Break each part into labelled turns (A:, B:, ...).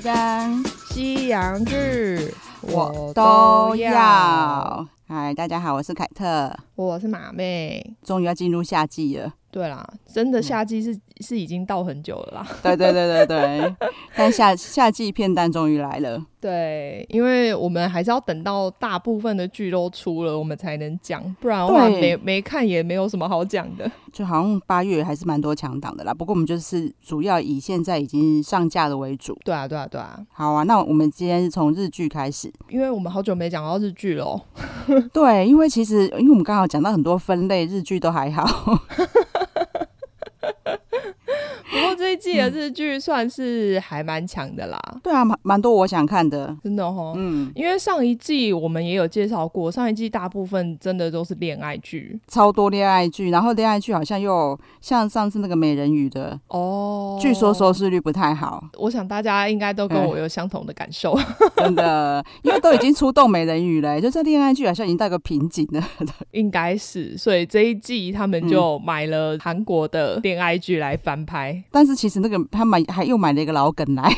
A: 生，
B: 西洋剧
A: 我都要。。嗨，大家好，我是凯特。
B: 我是马妹。
A: 终于要进入夏季了，
B: 对啦，真的夏季是、是已经到很久了啦。
A: 对对对对对， 但夏夏季片单终于来了，
B: 对，因为我们还是要等到大部分的剧都出了，我们才能讲，不然的话
A: 对
B: 没没看也没有什么好讲的。
A: 就好像八月还是蛮多强档的啦。不过我们就是主要以现在已经上架的为主。
B: 对啊，对啊，对啊，
A: 好啊，那我们今天是从日剧开始。
B: 因为我们好久没讲到日剧了 哦。
A: 对，因为其实因为我们刚好讲到很多分类，日剧都还好。
B: 不过这一季的日剧算是还蛮强的啦，
A: 对啊，蛮蛮多我想看的。
B: 真的哦。
A: 嗯，
B: 因为上一季我们也有介绍过，上一季大部分真的都是恋爱剧
A: 超多恋爱剧，然后恋爱剧好像又像上次那个美人鱼的，
B: 哦
A: 据说收视率不太好，
B: 我想大家应该都
A: 嗯
B: 跟我有相同的感受。
A: 真的，因为都已经出动美人鱼了、欸就这恋爱剧好像已经到一个瓶颈了。
B: 应该是，所以这一季他
A: 嗯
B: 们就买了韩国的恋爱剧来翻拍。
A: 但是其实那个他买还又买了一个老梗来，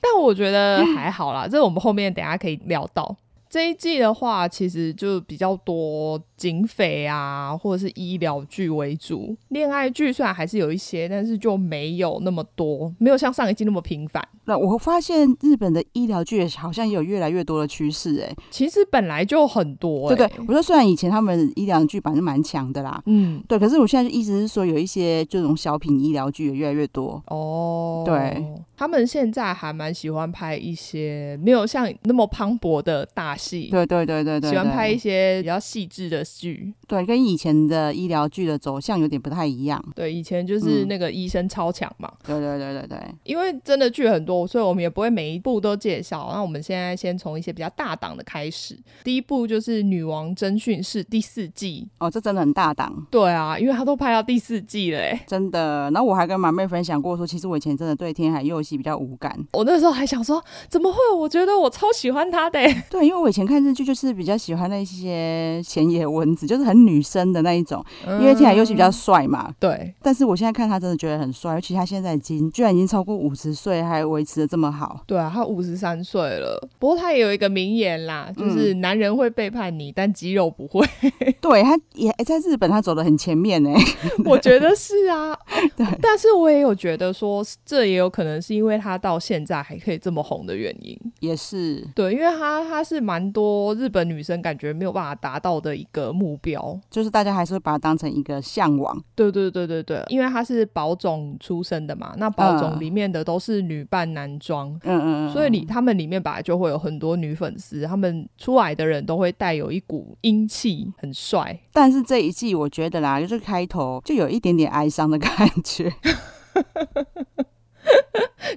B: 但我觉得
A: 嗯
B: 还好啦，这我们后面等一下可以聊到。这一季的话，其实就比较多警匪啊，或者是医疗剧为主。恋爱剧虽然还是有一些，但是就没有那么多，没有像上一季那么频繁。
A: 那我发现日本的医疗剧好像也有越来越多的趋势、欸，哎、
B: 其实本来就很多、欸，
A: 对对，我说虽然以前他们医疗剧版是蛮强的啦，
B: 嗯，
A: 对，可是我现在就意思是说有一些这种小品医疗剧也越来越多，
B: 哦，
A: 对，
B: 他们现在还蛮喜欢拍一些没有像那么磅礴的大戏，
A: 对对对对对，
B: 喜欢
A: 对
B: 拍一些比较细致的剧。
A: 对，跟以前的医疗剧的走向有点不太一样。
B: 对，以前就是
A: 嗯
B: 那个医生超强嘛，
A: 对对对对对，
B: 因为真的剧很多，所以我们也不会每一部都介绍。那我们现在先从一些比较大档的开始，第一部就是《女王侦讯室》第四季。
A: 哦，这真的很大胆，
B: 对啊，因为它都拍到第四季了、欸，
A: 真的。然后我还跟马妹分享过说，其实我以前真的对天海佑希比较无感，
B: 我那时候还想说，怎么会？我觉得我超喜欢他的、欸。
A: 对，因为我以前看日剧就是比较喜欢那些浅野文子，就是很女生的那一种，因为天海佑希比较帅嘛。
B: 嗯对，
A: 但是我现在看他真的觉得很帅，尤其他现在已经居然已经超过五十岁，还维持的这么 好。
B: 对啊，他五十三岁了。不过他也有一个名言
A: 嗯
B: 啦，就是男人会背叛你，但肌肉不会。
A: 对，他也、诶在日本他走的很前面欸呢、
B: 我觉得是啊，
A: 对
B: 但是我也有觉得说，这也有可能是因为他到现在还可以这么红的原因。
A: 也是。
B: 对，因为他他是蛮多日本女生感觉没有办法达到的一个目标。
A: 就是大家还是会把它当成一个向往，
B: 对对对对对，因为他是宝冢出身的嘛，那宝冢
A: 嗯
B: 里面的都是女扮男装，
A: 嗯嗯嗯，
B: 所以你他们里面本来就会有很多女粉丝，他们出来的人都会带有一股英气，很帅。
A: 但是这一季我觉得啦，就是开头就有一点点哀伤的感觉，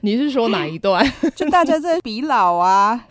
B: 你是说哪一段？
A: 就大家在比老啊，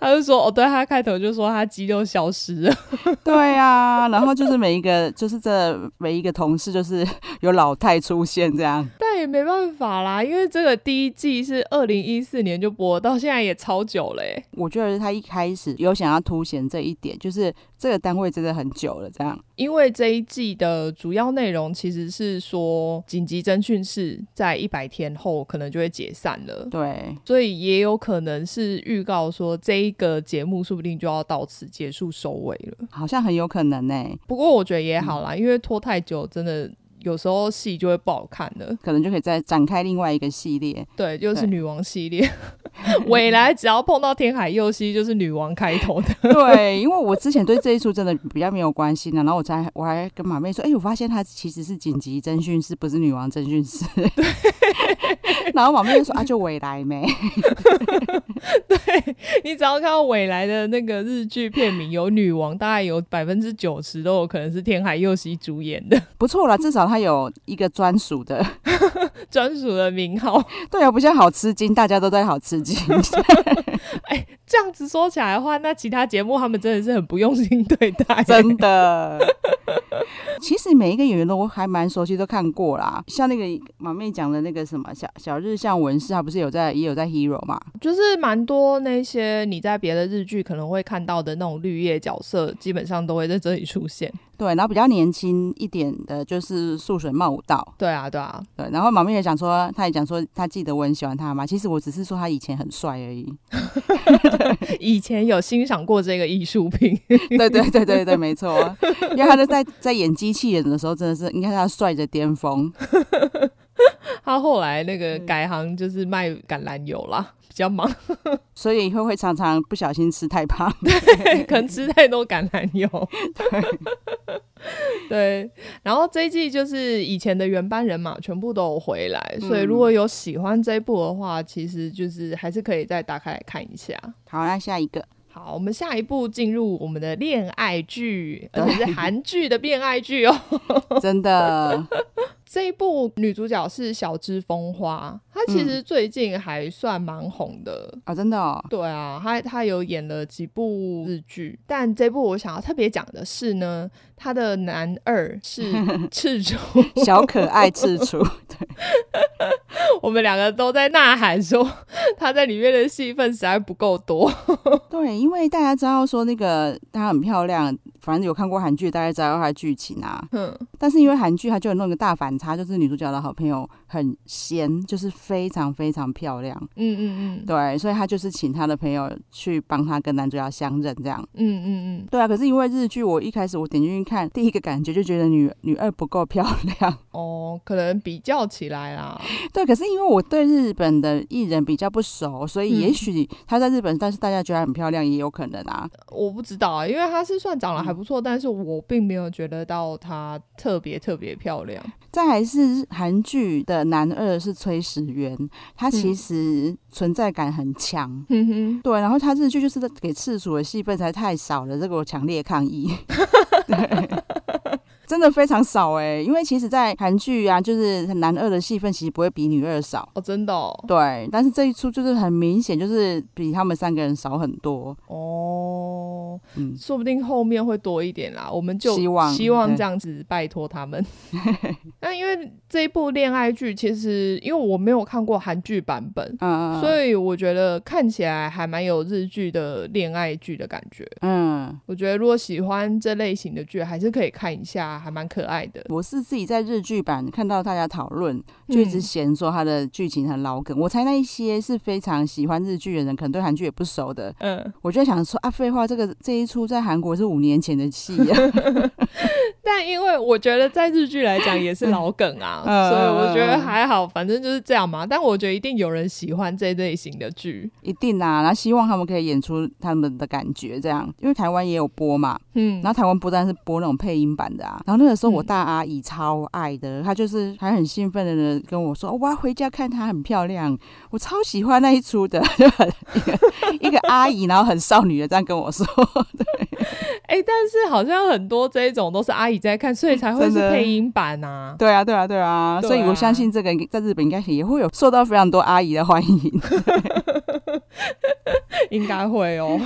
B: 他就说哦，对，他开头就说他肌肉消失了，
A: 对啊，然后就是每一个就是这每一个同事就是 有老太出现这样，
B: 但也没办法啦，因为这个第一季是二零一四年就播，到现在也超久了欸。
A: 我觉得他一开始有想要凸显这一点，就是这个单位真的很久了这样，
B: 因为这一季的主要内容其实是说紧急侦讯室在一百天后可能就会解散了，
A: 对。
B: 所以也有可能是预告说这一个节目说不定就要到此结束收尾了。
A: 好像很有可能呢、
B: 不过我觉得也
A: 嗯
B: 好啦，因为拖太久真的。有时候戏就会不好看了，
A: 可能就可以再展开另外一个系列。
B: 对，就是
A: 对
B: 女王系列。 未来只要碰到天海佑希，就是女王开头的。
A: 对，因为我之前对这一出真的比较没有关心呢、然后我才我还跟马妹说，哎、我发现她其实是紧急侦讯室，不是女王侦讯室。然后马妹就说啊，就未来没。
B: 你只要看到未来的那个日剧片名有女王，大概有百分之九十都有可能是天海佑希主演的
A: 不错啦，至少他有一个专属的。
B: 专属的名号。
A: 对啊，不像好吃惊，大家都在好吃惊。
B: 这样子说起来的话，那其他节目他们真的是很不用心对待。
A: 真的。其实每一个演员都我还蛮熟悉，都看过啦。像那个马妹讲的那个什么小小日向文世，他不是有在也有在 Hero 嘛？
B: 就是蛮多那些你在别的日剧可能会看到的那种绿叶角色，基本上都会在这里出现。
A: 对，然后比较年轻一点的就是素水茂武道，
B: 对啊，对啊，
A: 对，然后马妹也讲说，她也讲说，她记得我很喜欢他嘛，其实我只是说他以前很帅而已，
B: 以前有欣赏过这个艺术品，
A: 对对对对对，没错，因为他就在在演机器人的时候，真的是应该是他帅的巅峰，
B: 他后来那个改行就是卖橄榄油啦， 比较忙，
A: 所以会会常常不小心吃太胖，
B: 可能吃太多橄榄油。 对，然后这一季就是以前的原班人马全部都有回来，所以如果有喜欢这一部的话，其实就是还是可以再打开来看一下。
A: 好，那下一个，
B: 好，我们下一步进入我们的恋爱剧，而且是韩剧的恋爱剧哦。
A: 真的，
B: 这一部女主角是小芝风花，她其实最近还算蛮红的。
A: 哦，真的哦，
B: 对啊，她她有演了几部日剧，但这部我想要特别讲的是呢，她的男二是赤竹，
A: 小可爱赤楚，
B: 我们两个都在呐喊说他在里面的戏份实在不够多。
A: 对，因为大家知道说那个她很漂亮，反正有看过韩剧，大家知道她的剧情啊。
B: 嗯，
A: 但是因为韩剧它就有那个大反差，就是女主角的好朋友很仙，就是非常非常漂亮，
B: 嗯嗯嗯
A: 对，所以她就是请她的朋友去帮她跟男主角相认这样。
B: 嗯嗯嗯，
A: 对啊，可是因为日剧，我一开始我点进去看，第一个感觉就觉得女女二不够漂亮。
B: 哦，可能比较起来啦，
A: 对，可是因为我对日本的艺人比较不熟，所以也
B: 嗯
A: 许她在日本，但是大家觉得她很漂亮也有可能啊。
B: 我不知道啊，因为她是算长得还不错，但是我并没有觉得到她特别特别漂亮。
A: 再还是韩剧的男二是崔始源，他其实存在感很强。
B: 哼哼，
A: 对，然后他日剧就是给次数的戏份才太少了，这个我强烈抗议。 对真的非常少哎、因为其实，在韩剧啊，就是男二的戏份其实不会比女二少，
B: 哦，真的哦，
A: 对。但是这一出就是很明显，就是比他们三个人少很多，
B: 哦，
A: 嗯，
B: 说不定后面会多一点啦，我们就
A: 希望
B: 希望
A: 对
B: 这样子拜托他们。 那因为这一部恋爱剧，其实因为我没有看过韩剧版本。
A: 嗯，以，
B: 所以我觉得看起来还蛮有日剧的恋爱剧的感觉。
A: 嗯，
B: 我觉得如果喜欢这类型的剧，还是可以看一下，还蛮可爱的。
A: 我是自己在日剧版看到大家讨论，就一直
B: 嗯
A: 嫌说它的剧情很老梗。我猜那一些是非常喜欢日剧的人，可能对韩剧也不熟的，
B: 嗯，
A: 我就在想说啊，废话，这个这一出在韩国是五年前的戏啊，
B: 但因为我觉得在日剧来讲 也是老梗啊，
A: 嗯
B: 所以我觉得还好，反正就是这样嘛。但我觉得一定有人喜欢这类型的剧，
A: 一定啊。然后希望他们可以演出他们的感觉，这样，因为台湾也有播嘛，
B: 嗯
A: 然后台湾播当然是播那种配音版的啊。然后那个时候我
B: 嗯
A: 大阿姨超爱的，她就是还很兴奋的跟我说、哦我要回家看她很漂亮，我超喜欢那一出的， 就很一个一个阿姨，然后很少女的这样跟我说，
B: 哎、但是好像很多这一种都是阿姨在看，所以才会是
A: 真的
B: 配音版啊。
A: 对啊，对啊，对啊，
B: 对啊
A: 所以我相信这个在日本应该也会有受到非常多阿姨的欢迎。
B: 应该会哦。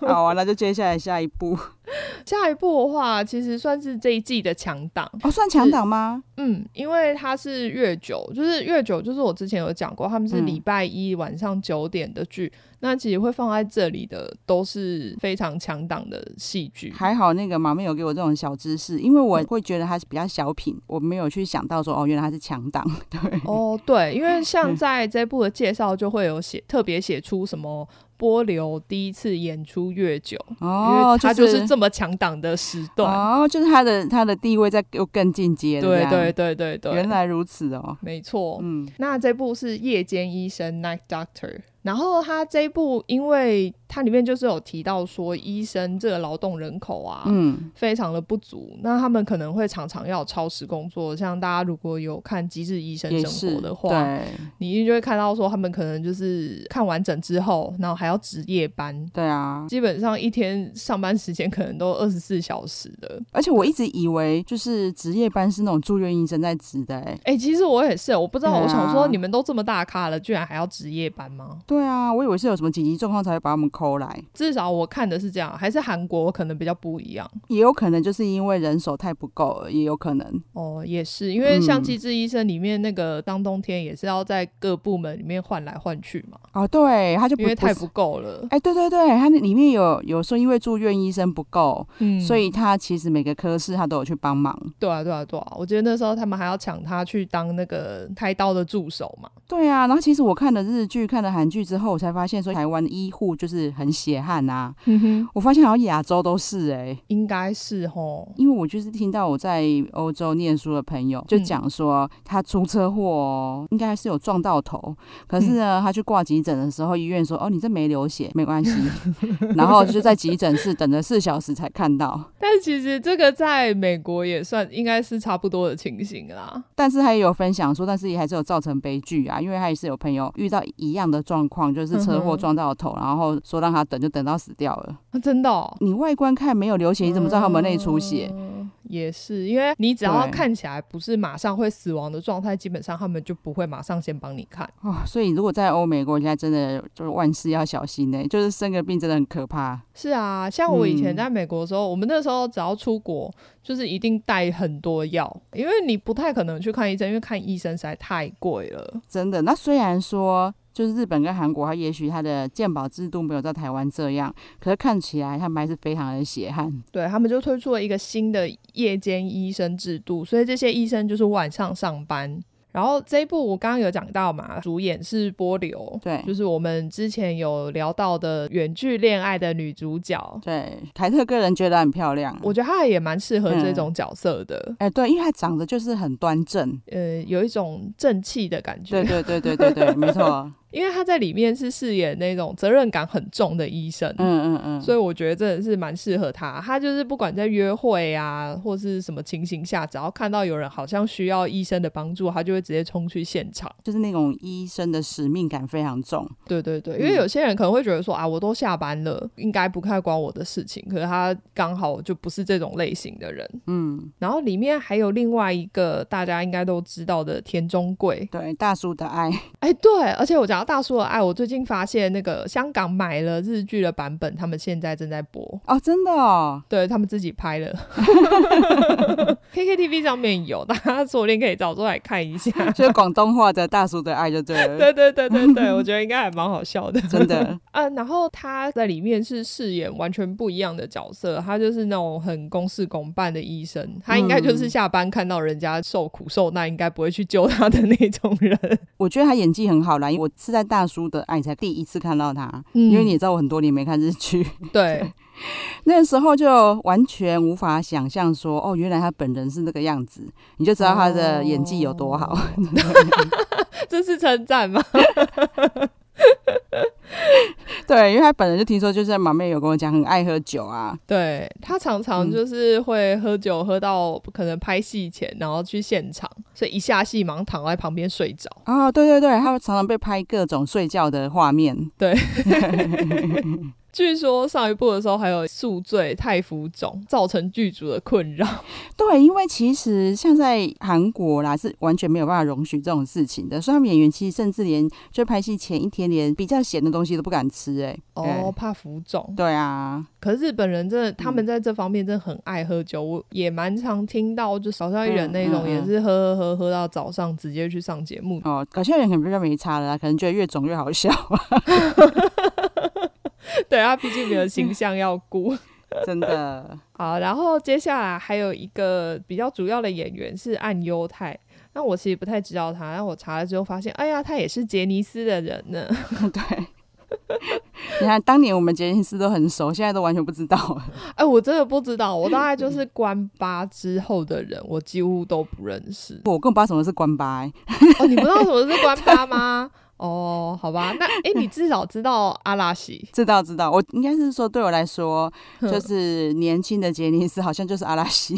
A: 好啊，那就接下来下一步
B: 下一部的话，其实算是这一季的强档。
A: 哦，算强档吗？
B: 嗯，因为它是月九，就是月九，就是我之前有讲过，他们是
A: 嗯
B: 礼拜一晚上九点的剧。那其实会放在这里的都是非常强档的戏剧。
A: 还好那个马妹有给我这种小知识，因为我会觉得它是比较小品，我没有去想到说哦，原来它是强档。对，
B: 哦，对，因为像在这部的介绍就会有写特别写出什么波流第一次演出月九，因
A: 哦
B: 为，他就是是这么强档的时段。
A: 哦，就是他的他的地位在又更进阶了这
B: 对
A: 样。
B: 对对对
A: 原
B: 对，
A: 来如此哦。
B: 没错。
A: 嗯，
B: 那这部是夜间医生 （Night Doctor），然后他这一部，因为它里面就是有提到说，医生这个劳动人口啊，
A: 嗯，
B: 非常的不足，那他们可能会常常要超时工作。像大家如果有看《机智医生
A: 也
B: 生
A: 是
B: 活》的话，
A: 对
B: 你一定就会看到说，他们可能就是看完整之后，然后还要值夜班。
A: 对啊，
B: 基本上一天上班时间可能都二十四小时的，
A: 而且我一直以为就是职业班是那种住院医生
B: 嗯
A: 在值的、欸，
B: 哎、其实我也是，我不知道，
A: 对啊
B: 我想说你们都这么大咖了，居然还要值夜班吗？
A: 对对啊，我以为是有什么紧急状况才会把他们抠来，
B: 至少我看的是这样，还是韩国可能比较不一样
A: 也有可能就是因为人手太不够了，也有可能。
B: 哦，也是因为像
A: 嗯
B: 《机智医生》里面那个当冬天也是要在各部门里面换来换去嘛，
A: 哦，对，他就不
B: 因为太
A: 不
B: 不
A: 是。
B: 够了，
A: 哎、对对对，他那里面有有说，因为住院医生不够，
B: 嗯，
A: 所以他其实每个科室他都有去帮忙。
B: 对啊对啊对啊，我觉得那时候他们还要抢他去当那个开刀的助手嘛，
A: 对啊，然后其实我看了日剧、看了韩剧之后，我才发现说台湾的医护就是很血汗啊。
B: 哼哼，
A: 我发现好像亚洲都是哎、
B: 应该是吼，
A: 因为我就是听到我在欧洲念书的朋友
B: 嗯
A: 就讲说，他出车祸哦，应该是有撞到头，可
B: 嗯
A: 是呢，他去挂急诊的时候，医院说哦，你这没流血，没关系， 然后就在急诊室等了四小时才看到。
B: 但其实这个在美国也算应该是差不多的情形啦，
A: 但是他也有分享说，但是也还是有造成悲剧啊，因为他也是有朋友遇到一样的状况，就是车
B: 嗯
A: 祸
B: 哼
A: 撞到头，然后说让他等，就等到死掉了。
B: 啊真的、哦。
A: 你外观看没有流血，你怎么知道他们内出血？
B: 嗯也是，因为你只要
A: 对
B: 看起来不是马上会死亡的状态，基本上他们就不会马上先帮你看。
A: 哦，所以如果在欧美国家，真的就是万事要小心呢、就是生个病真的很可怕。
B: 是啊，像我以前
A: 嗯
B: 在美国的时候，我们那时候只要出国，就是一定带很多药，因为你不太可能去看医生，因为看医生实在太贵了。
A: 真的。那虽然说，就是日本跟韩国，它也许它的健保制度没有在台湾这样，可是看起来他们还是非常的血汗。
B: 对他们就推出了一个新的夜间医生制度，所以这些医生就是晚上上班。然后这一部我刚刚有讲到嘛，主演是波流，
A: 对
B: 就是我们之前有聊到的远距恋爱的女主
A: 嗯
B: 角，
A: 对，凯特个人觉得很漂亮。
B: 我觉得她也蛮适合
A: 嗯
B: 这种角色的，
A: 哎、对，因为她长得就是很端正。
B: 呃，有一种正气的感觉
A: 对。对对对对 对，没错。
B: 因为她在里面是饰演那种责任感很重的医生，
A: 嗯嗯嗯。
B: 所以我觉得真的是蛮适合她。她就是不管在约会啊，或是什么情形下，只要看到有人好像需要医生的帮助，她就会直接冲去现场。
A: 就是那种医生的使命感非常重，
B: 对对对，因为
A: 嗯
B: 有些人可能会觉得说啊，我都下班了，应该不太关我的事情。可是她刚好就不是这种类型的人。
A: 嗯，
B: 然后里面还有另外一个大家应该都知道的田中贵，
A: 对，大叔的爱，
B: 哎，对，而且我讲到大叔的哎爱，我最近发现那个香港买了日剧的版本，他们现在正在播，
A: 哦，真的哦，
B: 对他们自己拍 了，KKTV 上面有，大家昨天可以找出来看一下。
A: 就是广东话的大叔的爱就对了，
B: 对对对对 对，我觉得应该还蛮好笑的。
A: 真的，
B: 啊，然后他在里面是饰演完全不一样的角色，他就是那种很公事公办的医生，他应该就是
A: 嗯
B: 下班看到人家受苦受难，应该不会去救他的那种 人。
A: 我觉得他演技很好啦，因为我是在大叔的爱才第一次看到他，
B: 嗯
A: 因为你也知道我很多年没看日剧，
B: 对，
A: 那时候就完全无法想象说，哦，原来他本人是那个样子，你就知道他
B: 哦
A: 的演技有多好。
B: 这是称赞 吗？
A: 对，因为他本人就听说，就是马妹有跟我讲，很爱喝酒啊。
B: 对他常常就是会喝酒，喝到可能拍戏前，然后去现场，所以一下戏马上躺在旁边睡着。
A: 哦，对对对，他常常被拍各种睡觉的画面。
B: 据说上一部的时候还有宿醉、太浮肿，造成剧组的困扰。
A: 对，因为其实像在韩国啦，是完全没有办法容许这种事情的，所以他们演员其实甚至连就拍戏前一天连比较咸的东西都不敢吃、欸。哎，
B: 哦，怕浮肿。嗯
A: 对啊，
B: 可是日本人真的，他们在这方面真的很爱喝酒，我也蛮常听到，就少少一人那种
A: 嗯嗯嗯
B: 也是喝喝喝喝到早上，直接去上节目。
A: 哦，搞笑人可能比较没差了啦，可能觉得越肿越好笑。 啊
B: 对他毕竟没 有形象要顾。
A: 真的，
B: 好，然后接下来还有一个比较主要的演员是岸优太。那我其实不太知道他，但我查了之后发现，哎呀，他也是杰尼斯的人呢。
A: 对。 你看，当年我们杰尼斯都很熟，现在都完全不知道了。
B: 哎，我真的不知道，我大
A: 嗯。
B: 概就是关八之后的人，我几乎都不认识
A: 我更不知道什么是关八、欸。
B: 哦，你不知道什么是关 八吗？哦，好吧，那哎，你至少知道阿拉西，
A: 知道知道，我应该是说，对我来说，
B: 哼
A: 就是年轻的杰尼斯好像就是阿拉西。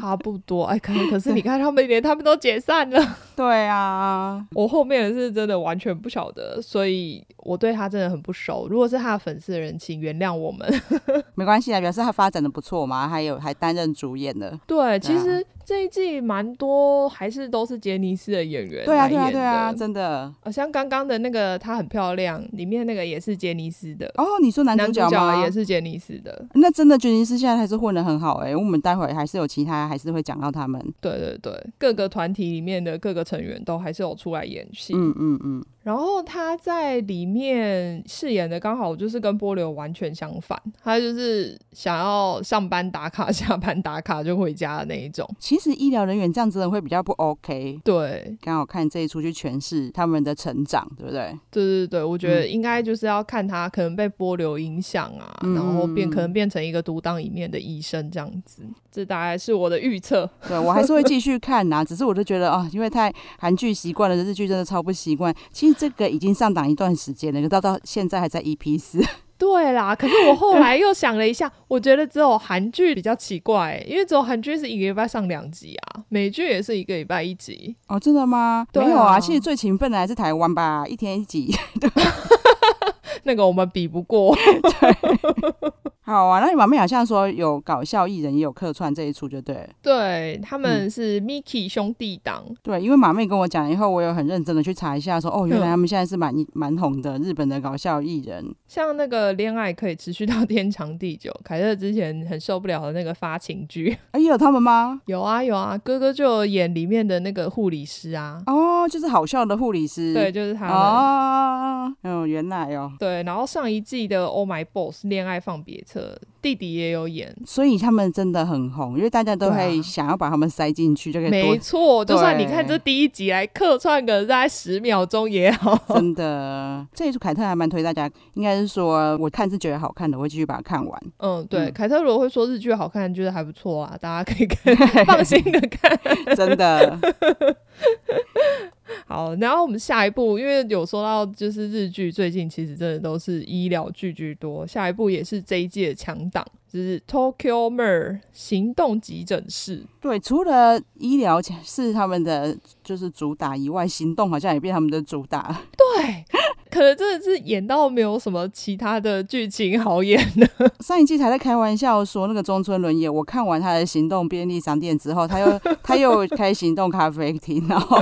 B: 差不多。哎，可可是你看他们连他们都解散了，
A: 对啊，
B: 我后面是真的完全不晓得，所以我对他真的很不熟。如果是他的粉丝的人，请原谅我们。
A: 没关系啊，表示他发展的不错嘛，还有还担任主演的。
B: 对，其
A: 啊
B: 实这一季蛮多还是都是杰尼斯的演员
A: 对啊，
B: 来
A: 对啊，
B: 演
A: 对啊，
B: 的
A: 真的。
B: 好像刚刚的那个她很漂亮，里面那个也是杰尼斯的，
A: 哦，你说男
B: 男
A: 主
B: 主
A: 角吗？
B: 也是杰尼斯的。
A: 那真的，杰尼斯现在还是混得很好哎、我们待会儿还是有其他，还是会讲到他们。
B: 对对对，各个团体里面的各个成员都还是有出来演戏。
A: 嗯嗯嗯，
B: 然后他在里面饰演的刚好就是跟波流完全相反，他就是想要上班打卡、 下班打卡就回家的那一种。
A: 其实医疗人员这样真的会比较不 OK。
B: 对
A: 刚好看这一出去诠释他们的成长，对不对？
B: 对对对，我觉得应该就是要看他可能被波流影响啊，
A: 嗯
B: 然后变可能变成一个独当一面的医生这样子。这大概是我的预测。
A: 对我还是会继续看呐、只是我就觉得啊、 因为太韩剧习惯了，日剧真的超不习惯。其实这个已经上档一段时间了，到到现在还在 EP 四。
B: 对啦，可是我后来又想了一下，我觉得只有韩剧比较奇怪、因为只有韩剧是一个礼拜上两集啊，美剧也是一个礼拜一集。
A: 哦，真的吗？
B: 对啊
A: 没有啊，其实最勤奋的还是台湾吧，一天一集。
B: 那个我们比不过，
A: 好啊，那你妈妹好像说有搞笑艺人，也有客串这一出，就对了。
B: 对，他们是 Miki 兄弟档，
A: 对，因为马妹跟我讲以后，我有很认真的去查一下说哦，原来
B: 嗯
A: 他们现在是蛮蛮红的日本的搞笑艺人。
B: 像那个恋爱可以持续到天长地久，凯特之前很受不了的那个发情剧，
A: 哎，有他们吗？
B: 有啊有啊，哥哥就有演里面的那个护理师啊，
A: 哦，就是好笑的护理师。
B: 对，就是他们。
A: 哦，嗯，原来哦，
B: 对，然后上一季的《Oh My Boss》恋爱放别册，弟弟也有演，
A: 所以他们真的很红，因为大家都
B: 对啊
A: 会想要把他们塞进去，就可以
B: 没
A: 多
B: 错，就算你
A: 对
B: 看这第一集来客串个大概十秒钟也好。
A: 真的，这一出凯特还蛮推大家，应该是说我看是觉得好看的，我会继续把它看完。
B: 嗯，对，
A: 嗯
B: 凯特罗会说日剧好看，觉得还不错啊，大家可以看，放心的 看。
A: 真的，
B: 好，然后我们下一步，因为有说到就是日剧最近其实真的都是医疗剧居多，下一步也是这一季的强档，就是 Tokyo Mer 行动急诊室。
A: 对，除了医疗是他们的就是主打以外，行动好像也变他们的主打。
B: 对，可能真的是演到没有什么其他的剧情好演的。
A: 上一季才在开玩笑说那个中村伦也，我看完他的行动便利商店之后，他又他又开行动咖啡厅，然后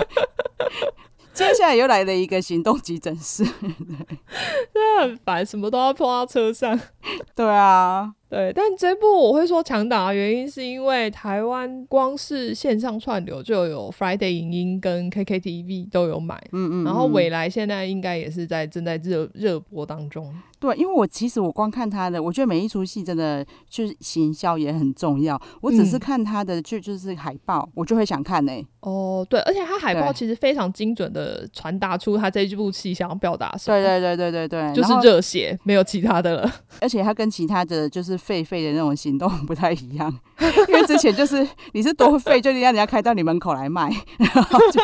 A: 接下来又来了一个行动急诊室。
B: 很烦，什么都要碰到车上。
A: 对啊，
B: 对，但这部我会说强打的原因，是因为台湾光是线上串流就有 Friday 影音跟 KKTV 都有买，
A: 嗯嗯，
B: 然后
A: 嗯
B: 未来现在应该也是在正在热热播当中。
A: 对，因为我其实我光看他的，我觉得每一出戏真的就是行销也很重要。我只是
B: 嗯
A: 看他的剧，就是海报，我就会想看欸呢、
B: 哦，对，而且它海
A: 对
B: 报其实非常精准的传达出它这一部戏想要表达什
A: 对
B: 么，
A: 对对对对对，
B: 就是
A: 然后
B: 热血，没有其他的了。
A: 而且他跟其他的就是狒狒的那种行动不太一样， 因为之前就是你是多狒，就让人家开到你门口来卖， 然后就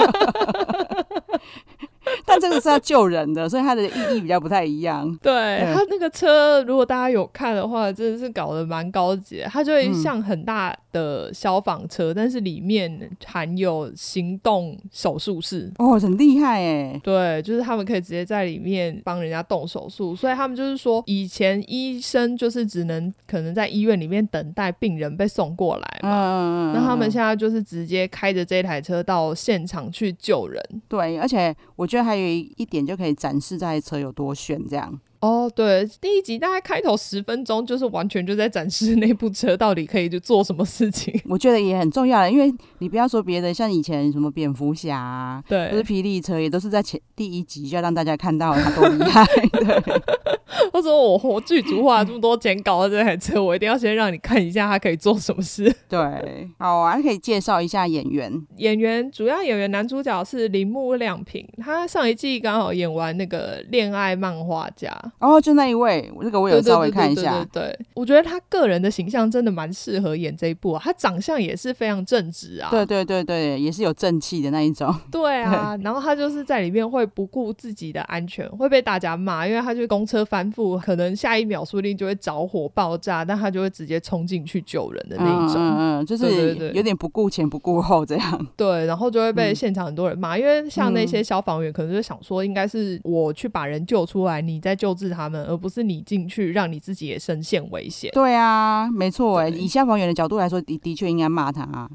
A: 但这个是要救人的，所以它的意义比较不太一样。
B: 对
A: 对
B: 它那个车，如果大家有看的话，真的是搞得蛮高级的。它就会
A: 嗯
B: 像很大的消防车，但是里面含有行动手术室。
A: 哦，很厉害哎，
B: 对，就是他们可以直接在里面帮人家动手术，所以他们就是说，以前医生就是只能可能在医院里面等待病人被送过来嘛，
A: 嗯，
B: 那他们
A: 嗯
B: 现在就是直接开着这台车到现场去救人。
A: 对，而且我觉得还有一点就可以展示这台车有多炫，这样。
B: 哦，对，第一集大概开头十分钟就是完全就在展示那部车到底可以去做什么事情。
A: 我觉得也很重要了，因为你不要说别的，像以前什么蝙蝠侠、啊。
B: 对
A: 或，是霹雳车也都是在前第一集就要让大家看到它多厉害， 对
B: 他说我我剧组花了这么多钱搞到这台车，我一定要先让你看一下它可以做什么事。
A: 对，好啊，可以介绍一下演员，
B: 演员主要演员男主角是铃木亮平，他上一季刚好演完那个恋爱漫画家，啦。
A: 然后就那一位，那个我有
B: 对对
A: 稍微
B: 对
A: 看
B: 对
A: 一
B: 对
A: 下
B: 对，对，我觉得他个人的形象真的蛮适合演这一部啊，他长相也是非常正直啊，
A: 对对对对，也是有正气的那一种。
B: 对啊，然后他就是在里面会不顾自己的安全，会被大家骂，因为他就是公车翻覆，可能下一秒说不定就会着火爆炸，但他就会直接冲进去救人的那一种。
A: 嗯嗯嗯，就
B: 对
A: 是
B: 对对
A: 有点不顾前不顾后这样。
B: 对，然后就会被
A: 嗯
B: 现场很多人骂，因为像那些消防员可能就想说，应该是我去把人救出来，你再救治他们，而不是你进去让你自己也身陷危险。
A: 对啊，没错哎，
B: 对
A: 以消防员的角度来说，的的确应该骂他啊。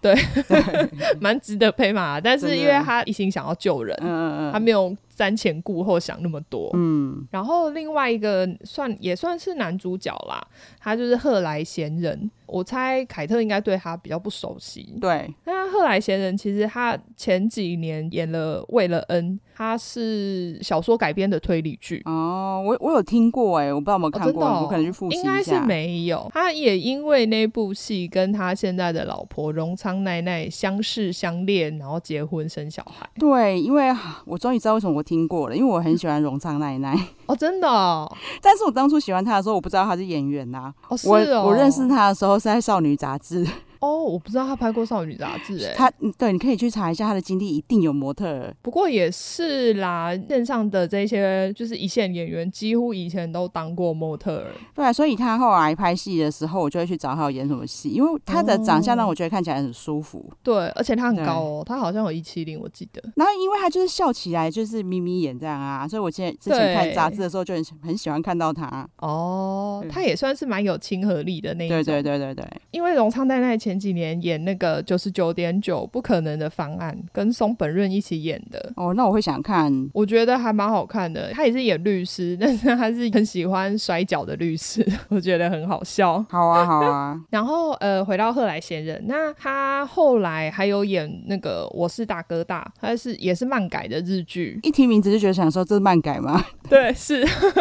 B: 蛮值得被骂的，但是
A: 真的
B: 因为他一心想要救人，
A: 嗯嗯
B: 他没有瞻前顾后想那么多。
A: 嗯
B: 然后另外一个算也算是男主角啦，他就是赫来贤人。我猜凯特应该对他比较不熟悉
A: 嗯，。对，
B: 那赫来贤人其实他前几年演了《为了恩》，他是小说改编的推理剧。
A: 哦，我我有听过哎，我不知道有没有看
B: 真
A: 过，
B: 的哦
A: 我可能去复习
B: 应
A: 一下。
B: 该是没有，他也因为那部戏跟他现在的老婆荣仓奈奈相识相恋，然后结婚生小孩。
A: 对，因为啊我终于知道为什么我听过了，因为我很喜欢荣昌奈奈，
B: 哦，真的哦，
A: 但是我当初喜欢她的时候，我不知道她是演员呐、
B: 哦是
A: 我
B: 哦，
A: 我认识她的时候是在少女杂志，
B: 哦，我不知道他拍过少女杂志哎，
A: 她嗯对，你可以去查一下她的经历，一定有模特儿。
B: 不过也是啦，线上的这些就是一线演员，几乎以前都当过模特儿。
A: 对啊，所以她后来拍戏的时候，我就会去找她有演什么戏，因为她的长
B: 哦
A: 相让我觉得看起来很舒服。
B: 对，而且他很高哦，他好像有一七零，我记得。
A: 然后因为她就是笑起来就是眯眯眼这样啊，所以我现在之前
B: 对
A: 看杂志的时候就很很喜欢看到她。
B: 哦
A: 嗯，
B: 他也算是蛮有亲和力的那一种。
A: 对对对对对，
B: 因为荣昌奈奈前几年演那个九十九点九不可能的方案，跟松本润一起演的。
A: 哦，那我会想看
B: 我觉得还蛮好看的，他也是演律师，但是他是很喜欢摔跤的律师， 我觉得很好笑。，
A: 好啊，好啊，
B: 然后呃，回到赫来贤人，那他后来还有演那个《我是大哥大》，他是也是漫改的日剧
A: 一听名字就觉得想说这是漫改吗？
B: 对，是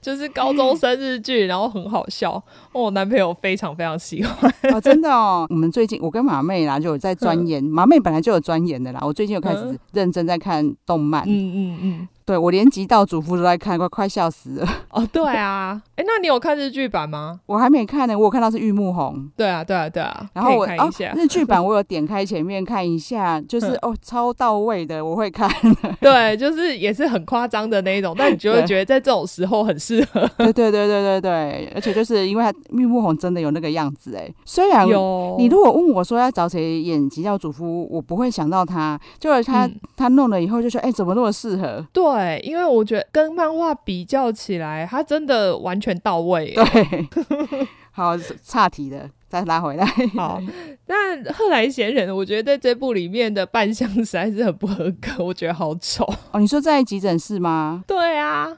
B: 就是高中生日剧，然后很好笑。哦我男朋友非常非常喜欢，
A: 哦，真的哦。我们最近我跟马妹啦就有在钻研，马妹本来就有钻研的啦。我最近有开始
B: 嗯
A: 认真在看动漫，
B: 嗯嗯嗯，
A: 对我连《极道主夫》都在看，快快笑死了。
B: 哦，对啊，哎，那你有看日剧版吗？
A: 我还没看呢，我有看到是玉木宏。
B: 对啊，对啊，对啊，
A: 然后我
B: 可以看
A: 哦
B: 一下，，嗯
A: 日剧版我有点开前面看一下，就是哦超到位的， 我会看。
B: 对，就是也是很夸张的那一种，但你就会
A: 对
B: 觉得在这种时候很适合。
A: 对对对对对对，而且就是因为他玉木宏真的有那个样子哎，虽然
B: 有
A: 你如果问我说要找谁演《极道主夫》，我不会想到他，就是他、
B: 嗯
A: 他弄了以后就说，哎、怎么那么适合？
B: 对，因为我觉得跟漫画比较起来，它真的完全到位 耶。
A: 对，好，岔题了，再拉回来。
B: 好，那赫来贤人，我觉得在这部里面的扮相实在是很不合格，我觉得好丑。
A: 哦，你说在急诊室吗？
B: 对啊，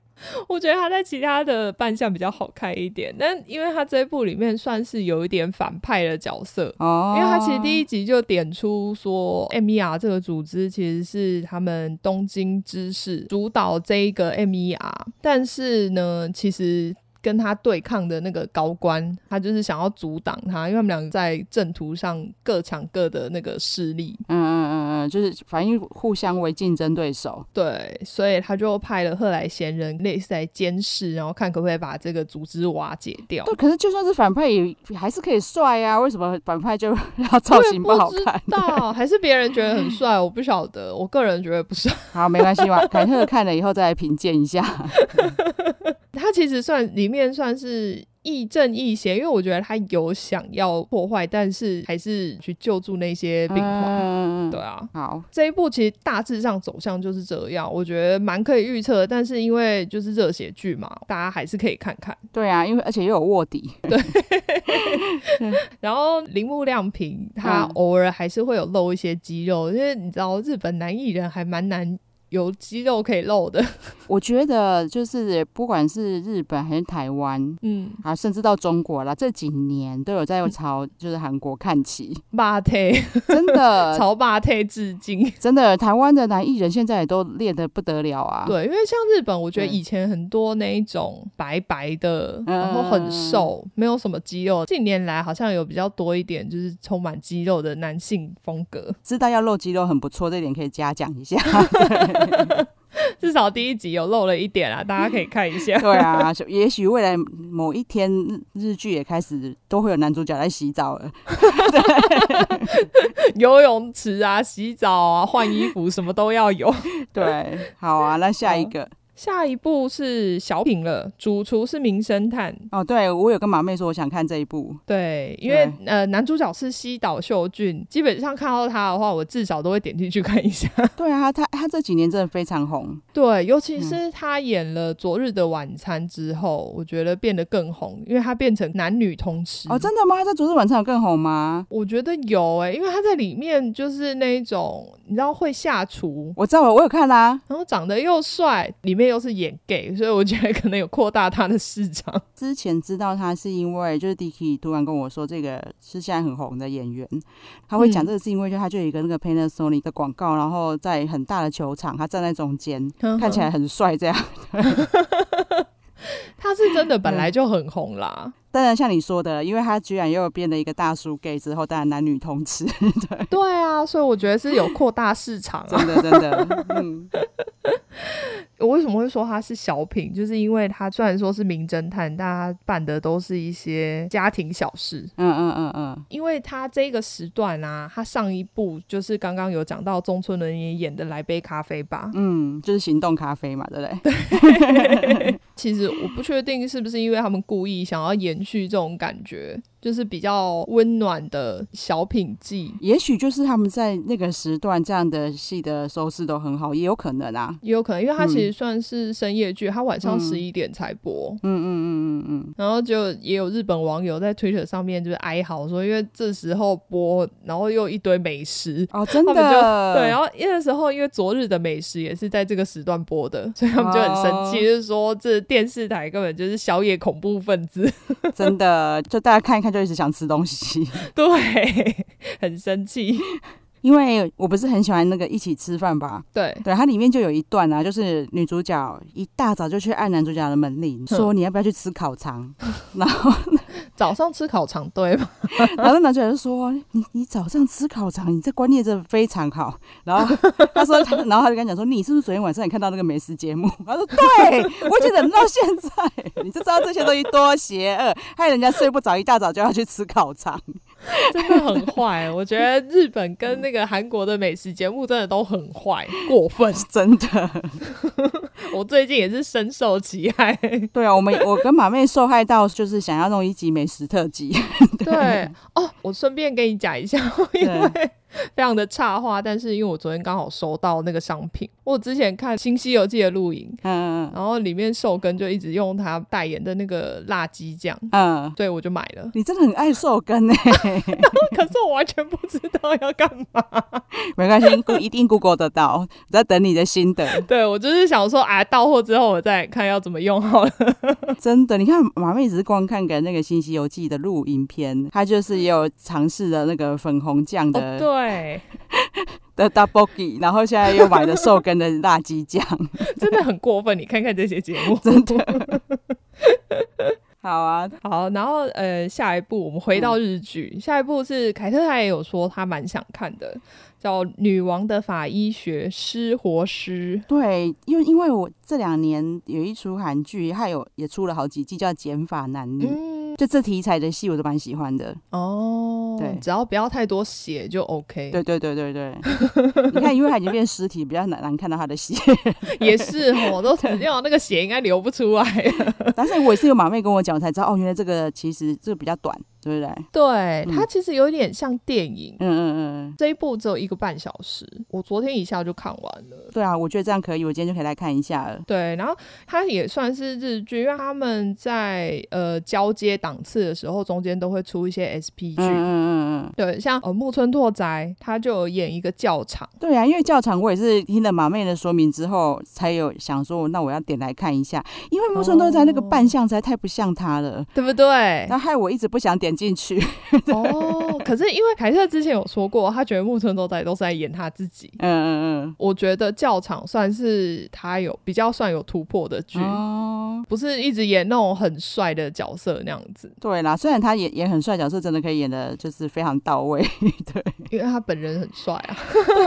B: 我觉得他在其他的扮相比较好看一点，但因为他这部里面算是有一点反派的角色。
A: 哦，
B: 因为他其实
A: 一
B: 第一集就点出说，MER 这个组织其实是他们东京知事主导这一个 MER，但是呢，其实。跟他对抗的那个高官，他就是想要阻挡他，因为他们两个在正途上各抢各的那个势力，
A: 嗯嗯嗯嗯，就是反正互相为竞争对手。
B: 对，所以他就派了赫来贤人类似来监视，然后看可不可以把这个组织瓦解掉。
A: 对，可是就算是反派也还是可以帅啊，为什么反派就要造型不好看？
B: 到还是别人觉得很帅，我不晓得，我个人觉得不帅。
A: 好，没关系吧， 凯特看了以后再来评鉴一下。
B: 他其实算里面算是亦正亦邪，因为我觉得他有想要破坏，但是还是去救助那些病患。
A: 嗯嗯嗯
B: 对
A: 嗯，
B: 啊，
A: 好，
B: 这一部其实大致上走向就是这样，我觉得蛮可以预测的，但是因为就是热血剧嘛，大家还是可以看看。
A: 对啊，因为而且又有卧底。
B: 然后铃木亮平他
A: 嗯
B: 偶尔还是会有露一些肌肉，因为你知道日本男艺人还蛮难有肌肉可以露的。
A: 我觉得就是不管是日本还是台湾。
B: 嗯，
A: 啊，甚至到中国啦，这几年都有在朝就是韩国看齐，
B: 霸退
A: 真的，
B: 朝霸退致敬。
A: 真的，台湾的男艺人现在也都练得不得了啊。，
B: 对，因为像日本，我觉得
A: 对
B: 以前很多那一种白白的，
A: 嗯
B: 然后很瘦，没有什么肌肉，近年来好像有比较多一点，就是充满肌肉的男性风格。
A: 知道要露肌肉很不错，这一点可以嘉奖一下。
B: 至少第一集有漏了一 点啊，大家可以看一下。
A: 对啊，就也许未来某一天日日剧也开始都会有男主角在洗澡了。
B: 游泳池啊、洗澡啊、换衣服什么都要有。
A: 对，好啊，那下一个
B: 下一步是小品了，主厨是名侦探。
A: 哦，对我有跟马妹说我想看这一 部，
B: 对，因为
A: 对
B: 呃，男主角是西岛秀俊，基本上看到他的话，我至少都会点进去看一下。
A: 对啊，他他这几年真的非常红，
B: 对，尤
A: 嗯
B: 其是他演了《昨日的晚餐》之后，我觉得变得更红，因为他变成男女通吃。
A: 哦，真的吗？他在昨日晚上有更红吗？
B: 我觉得有欸诶、因为他在里面就是那一种，你知道会下厨，
A: 我知道我我有看啊啦、
B: 然后长得又帅，里面又是演 gay，所以我觉得可能有扩大他的市场。
A: 之前知道他是因为就是 Dicky 突然跟我说这个是现在很红的演员，他会讲
B: 嗯
A: 这个是因为就他就有一个那个 Panasonic 的广告，然后在很大的球场，他站在中间，看起来很帅这样。
B: 他是真的
A: 嗯
B: 本来就很红啦，
A: 当然像你说的，因为他居然又变了一个大叔 gay 之后，当然男女通 吃，
B: 对啊，所以我觉得是有扩大市场啊。
A: 真的真的，嗯，
B: 我为什么会说他是小品？就是因为他虽然说是名侦探，但他办的都是一些家庭小事。
A: 嗯嗯嗯嗯，
B: 因为他这个时段啊，他上一部就是刚刚有讲到中村伦也演的《来杯咖啡吧》
A: 嗯，就是行动咖啡嘛，对不对？
B: 其实我不确定是不是因为他们故意想要延续这种感觉，就是比较温暖的小品剧。
A: 也许就是他们在那个时段这样的戏的收视都很好，也有可能啊。
B: 也有可能，因为它
A: 嗯
B: 其实算是深夜剧，它晚上
A: 嗯
B: 十一点才播，
A: 嗯嗯嗯嗯嗯，
B: 然后就也有日本网友在 Twitter 上面就是哀嚎说，因为这时候播，然后又一堆美食。
A: 哦，真的，
B: 他们就对，啊然后那时候因为昨日的美食也是在这个时段播的，所以他们就很生气，
A: 哦
B: 就是说这电视台根本就是宵夜恐怖分 子，
A: 真的，就大家看一看就一直想吃东西，
B: 对， 很生气，
A: 因为我不是很喜欢那个一起吃饭吧？
B: 对，
A: 对，它里面就有一段啊，就是女主角一大早就去按男主角的门铃，说你要不要去吃烤肠？然后，
B: 早上吃烤肠对吗？
A: 然后男主角就说你你早上吃烤肠，你这观念真的非常好。然后他说，他然后他就跟他讲说，你是不是昨天晚上也看到那个美食 节目？他说对，我已经忍到现在，你就知道这些东西多邪恶， 害人家睡不着，一大早就要去吃烤 肠。
B: 真的很坏，我觉得日本跟那个韩国的美食节目真的都很坏，过分，
A: 真的，
B: 我最近也是深受其害。
A: 对啊，我们我跟马妹受害到，就是想要弄一集美食特辑。
B: 对哦，我顺便跟你讲一下，因
A: 对
B: 为非常的差话，但是因为我昨天刚好收到那个商品，我之前看《新西游记》的录影，
A: 嗯嗯
B: 然后里面寿根就一直用他代言的那个辣鸡酱，
A: 嗯，，
B: 所以我就买了
A: 你真的很爱瘦根呢、 欸
B: 可是我完全不知道要干嘛。
A: 没关系，一定 Google 得到。我在等你的心得，
B: 对我就是想说，啊，到货之后我再看要怎么用好了。
A: 真的。你看马妹只是光看个那个《新西游记》的录影片，她就是也有尝试了那个粉红酱
B: 哦，
A: 的、
B: 对，
A: 的 double g 然后现在又买了瘦根的辣鸡酱。
B: 真的很过分，你看看这些节 目。
A: 好啊，
B: 好，然后呃，下一部我们回到日剧，下一部是凯特他也有说他蛮想看的，叫《女王的法医学师活尸》。
A: 对，因为因为我这两年有一出韩剧，还有也出了好几季叫《减法男女》
B: 嗯，
A: 就这题材的戏我都蛮喜欢的。
B: 哦，
A: 对
B: 只要不要太多血就 OK。
A: 对对对对对，你看，因为他已经变尸体，比较难难看到他的戏。
B: 也是哦，都死掉那个血应该流不出来。
A: 但是我也是有马妹跟我讲，我才知道哦，原来这个其实这个比较短，对不对？
B: 对，它
A: 嗯
B: 其实有点像电影。
A: 嗯嗯嗯，
B: 这一部只有一个半小时，我昨天一下就看完了。
A: 对啊，我觉得这样可以，我今天就可以来看一下了。
B: 对，然后它也算是日剧，因为他们在呃交接档次的时候，中间都会出一些 SP 剧。
A: 嗯嗯嗯嗯，
B: 对，像呃木村拓哉，他就有演一个教场，
A: 对啊，因为教场我也是听了马妹的说明之后，才有想说，那我要点来看一下，因为木村拓哉那个
B: 哦
A: 扮相实在太不像他了，
B: 对不对
A: 哦那、？害我一直不想点进去。
B: 哦，可是因为凯特之前有说过，他他觉得木村拓哉都是在演他自己。
A: 嗯嗯
B: 我觉得《教场》算是他有比较算有突破的剧，
A: 嗯，哦，
B: 不是一直演那种很帅的角色那样子，
A: 对啦，虽然他演演很帅，角色真的可以演的，就是非常到位，
B: 因为他本人很帅啊。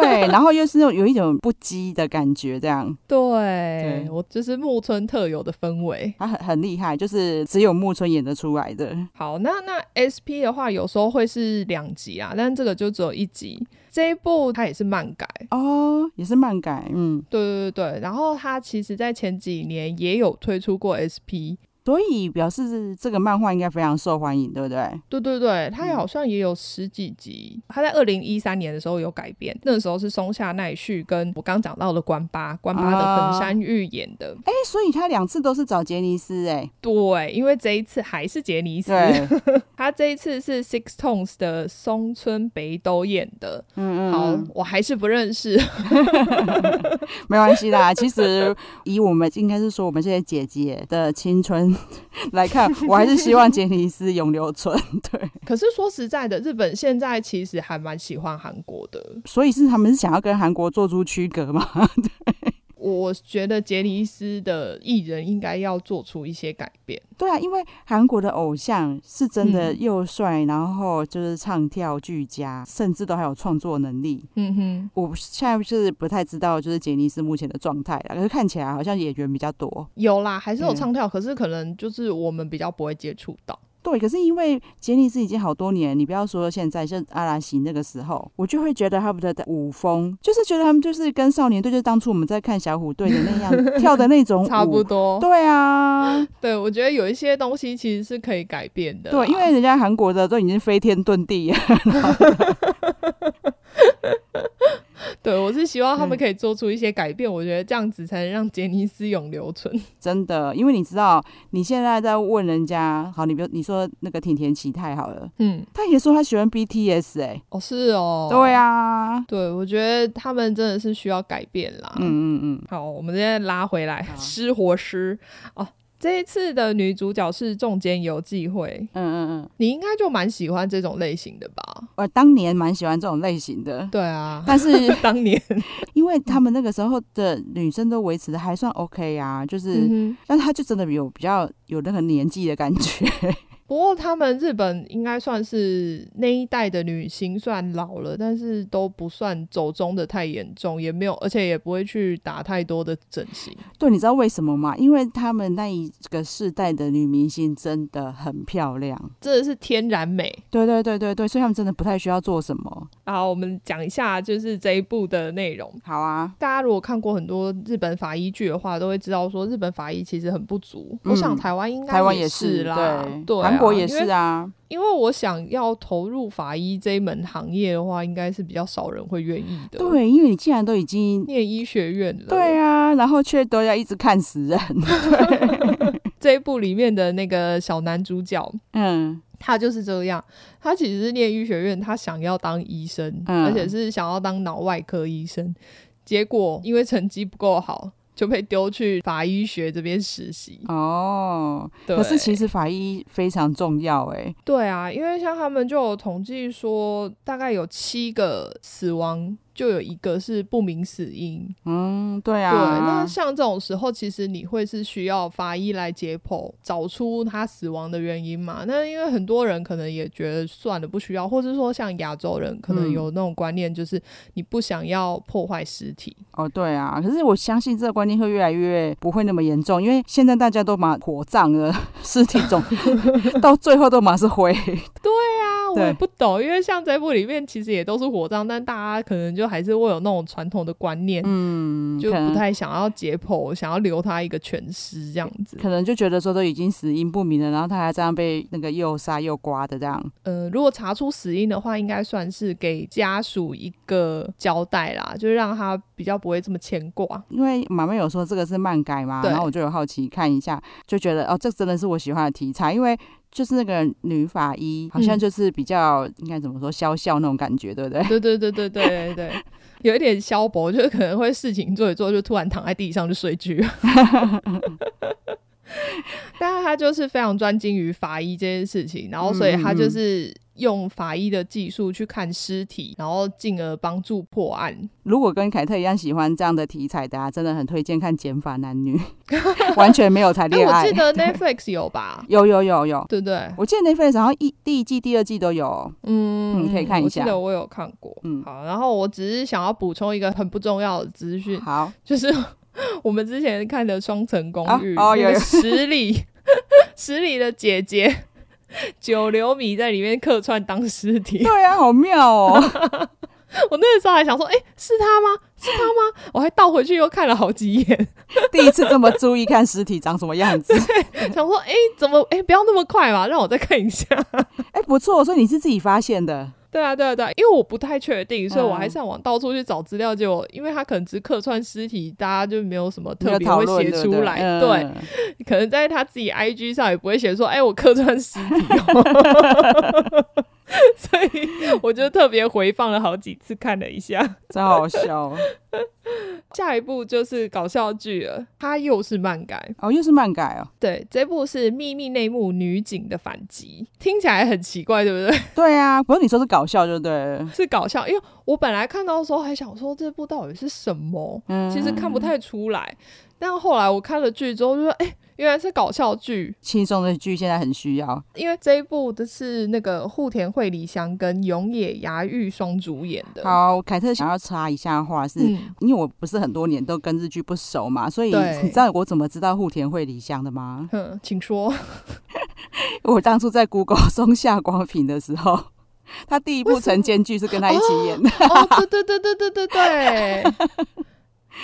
A: 对，然后又是那种有一种不羁的感觉，这样
B: 对
A: 对
B: 我就是木村特有的氛围。
A: 他很很厉害，就是只有木村演得出来的。
B: 好，那那 SP 的话，有时候会是两集啊，但这个就只有一集。这一部它也是漫改，
A: 哦，也是漫改，嗯，
B: 对对对对。然后它其实在前几年也有推出过 SP，
A: 所以表示这个漫画应该非常受欢迎，对不对？
B: 对对对，它
A: 嗯
B: 好像也有十几集。它在二零一三年的时候有改编，那时候是松下奈绪跟我刚讲到的关八关八的
A: 啊
B: 横山裕演的。
A: 哎，所以他两次都是找杰尼斯，哎，
B: 对，因为这一次还是杰尼斯，
A: 对，
B: 他这一次是 Six Tones 的松村北斗演的。
A: 嗯嗯，
B: 好
A: 嗯，
B: 我还是不认 识。
A: 没关系啦。其实以我们应该是说我们这些姐姐的青春来看，我还是希望杰尼斯永留存。对，
B: 可是说实在的，日本现在其实还蛮喜欢韩国的。
A: 所以是他们是想要跟韩国做出区隔嘛？
B: 我觉得杰尼斯的艺人应该要做出一些改变。
A: 对啊，因为韩国的偶像是真的
B: 嗯
A: 又帅，然后就是唱跳俱佳，甚至都还有创作能力。
B: 嗯哼，
A: 我现在就是不太知道，就是杰尼斯目前的状态啦，可是看起来好像演员比较多。
B: 有啦，还是有
A: 嗯
B: 唱跳，可是可能就是我们比较不会接触到。
A: 对，可是因为杰尼斯已经好多年，你不要说现在，像阿拉西那个时候，我就会觉得他们的舞风，就是觉得他们就是跟少年队，就是当初我们在看小虎队的那 样跳的那种舞。
B: 差不多，
A: 对 啊，
B: 对我觉得有一些东西其实是可以改变的啦。
A: 对，因为人家韩国的都已经飞天遁地了。
B: 对我是希望他们
A: 嗯
B: 可以做出一些改变，我觉得这样子才能让杰尼斯永留存。
A: 真的，因为你知道，你现在在问人家，好，你比如你说那个挺田启太好了，
B: 嗯，
A: 他也说他喜欢 BTS 哎、
B: 哦，是哦，
A: 对，啊，
B: 对我觉得他们真的是需要改变啦。
A: 嗯嗯嗯，
B: 好，我们现在拉回来
A: 好，
B: 失活失哦。这一次的女主角是中间游纪惠，
A: 嗯嗯嗯，
B: 你应该就蛮喜欢这种类型的吧？
A: 我当年蛮喜欢这种类型的，
B: 对 啊，
A: 但是
B: 当年，
A: 因为他们那个时候的女生都维持的还算 OK 啊，就是，
B: 嗯哼
A: 但是他就真的有比较有那个年纪的感觉，
B: 不过他们日本应该算是那一代的女星，虽然老了，但是都不算走中的太严重，也没有，而且也不会去打太多的整形。
A: 对，你知道为什么吗？因为他们那一个世代的女明星真的很漂亮，
B: 真的是天然美。
A: 对对对对对，所以他们真的不太需要做什么。
B: 好，我们讲一下就是这一部的内容。
A: 好啊，
B: 大家如果看过很多日本法医剧的话，都会知道说日本法医其实很不足。
A: 嗯
B: 我想台湾应该
A: 台湾
B: 也
A: 也是
B: 啦，
A: 对，
B: 对啊，
A: 韩国也
B: 因
A: 是
B: 为。
A: 啊，
B: 因为我想要投入法医这一门行业的话，应该是比较少人会愿意的。，
A: 对，因为你既然都已经
B: 念医学院了。
A: 对啊，然后却都要一直看死人，
B: 这一部里面的那个小男主角，
A: 嗯，
B: 他就是这样。他其实是念医学院，他想要当医生，
A: 嗯
B: 而且是想要当脑外科医生。结果因为成绩不够好，就被丢去法医学这边实习。
A: 嗯哦，
B: 对，
A: 可是其实法医非常重要哎，
B: 对啊，因为像他们就有统计说，大概有七个死亡。就有一个是不明死因，
A: 嗯，对
B: 对。那
A: 啊，
B: 像这种时候，其实你会是需要法医来解剖，找出他死亡的原因嘛？那因为很多人可能也觉得算了，不需要，或者说像亚洲人可能
A: 嗯
B: 有那种观念，就是你不想要破坏尸体，
A: 哦，对啊，可是我相信这个观念会越来越不会那么严重，因为现在大家都把火葬了，尸体 总到最后都马是灰，
B: 啊，我也
A: 对
B: 不懂，因为像这部里面其实也都是火葬，但大家可能就还是会有那种传统的观念，
A: 嗯，
B: 就
A: 可
B: 不
A: 能
B: 太想要解剖，想要留他一个全尸这样子。
A: 可能就觉得说都已经死因不明了，然后他还这样被那个又杀又刮的这样，
B: 呃，如果查出死因的话，应该算是给家属一个交代啦，就是让他比较不会这么牵挂。
A: 因为妈妈有说这个是漫改嘛，
B: 对
A: 然后我就有好奇看一下，就觉得哦，这真的是我喜欢的题材，因为就是那个女法医，好像
B: 嗯
A: 就是比较、应该怎么说消笑那种感觉，对不对？
B: 对对对对对对对，有一点消薄，就是可能会事情做一做，就突然躺在地上就睡去了。 但他就是非常专精于法医这件事情，然后所以他
A: 嗯
B: 就是用法医的技术去看尸体，然后进而帮助破案。
A: 如果跟凯特一样喜欢这样的题材的、啊，真的很推荐看《减法男女》， 完全没有谈
B: 哎，
A: 恋
B: 我
A: 爱
B: 记。得 Netflix 有吧？
A: 有有有有，
B: 对不对？
A: 我记得那份然后一第一季、第二季都有。
B: 嗯
A: 嗯可以看一下
B: 我记得我有看过。
A: 嗯
B: 好，然后我只是想要补充一个很不重要的 资讯，
A: 好，
B: 就是我们之前看的《双层公寓》
A: 啊哦
B: 那
A: 有
B: 个
A: 有
B: 十里 十里的姐姐九流米在里面客串当尸体。
A: 对啊，好妙 哦。
B: 我那个时候还想说，哎、是他吗？是他吗？我还倒回去又看了好几 眼，
A: 第一次这么注意看尸体长什么样 子。
B: 想说，哎、怎么，哎、不要那么快嘛，让我再看一下。
A: 哎、不错，所以你是自己发现的。
B: 对啊，对啊，对啊，因为我不太确定，所以我还
A: 嗯
B: 上网到处去找资料，结果因为他可能只客串尸体，大家就没有什么
A: 没
B: 特
A: 有
B: 别
A: 讨
B: 会
A: 论
B: 写
A: 对不
B: 出
A: 对
B: 来，
A: 嗯
B: 对，可能在他自己 IG 上也不会写说，哎、我客串尸体哦。 所以我就特别回放了好几次，看了一下。
A: 真好笑哦
B: 下一部就是搞笑剧了，它又是漫改。
A: 哦，又是漫改哦。
B: 对，这部是《秘密内幕：女警的反击》，听起来很奇怪，对不对？
A: 对啊，不过你说是搞笑就对了。
B: 是搞笑，因为我本来看到的时候还想说这部到底是什么，
A: 嗯，
B: 其实看不太出来。但后来我看了剧之后，就说哎、原来是搞笑剧。
A: 轻松的剧现在很需要。
B: 因为这一部的是那个户田惠梨香跟永野芽郁双主演的。
A: 好，凯特想要插一下话是，
B: 嗯，
A: 因为我不是很多年都跟日剧不熟嘛，所以
B: 对
A: 你知道我怎么知道户田惠梨香的吗？
B: 哼，请说，
A: 我当初在 Google 松下光平的时候， 他第一部晨间剧是跟他一起演的，
B: 哦，对对对对对对对，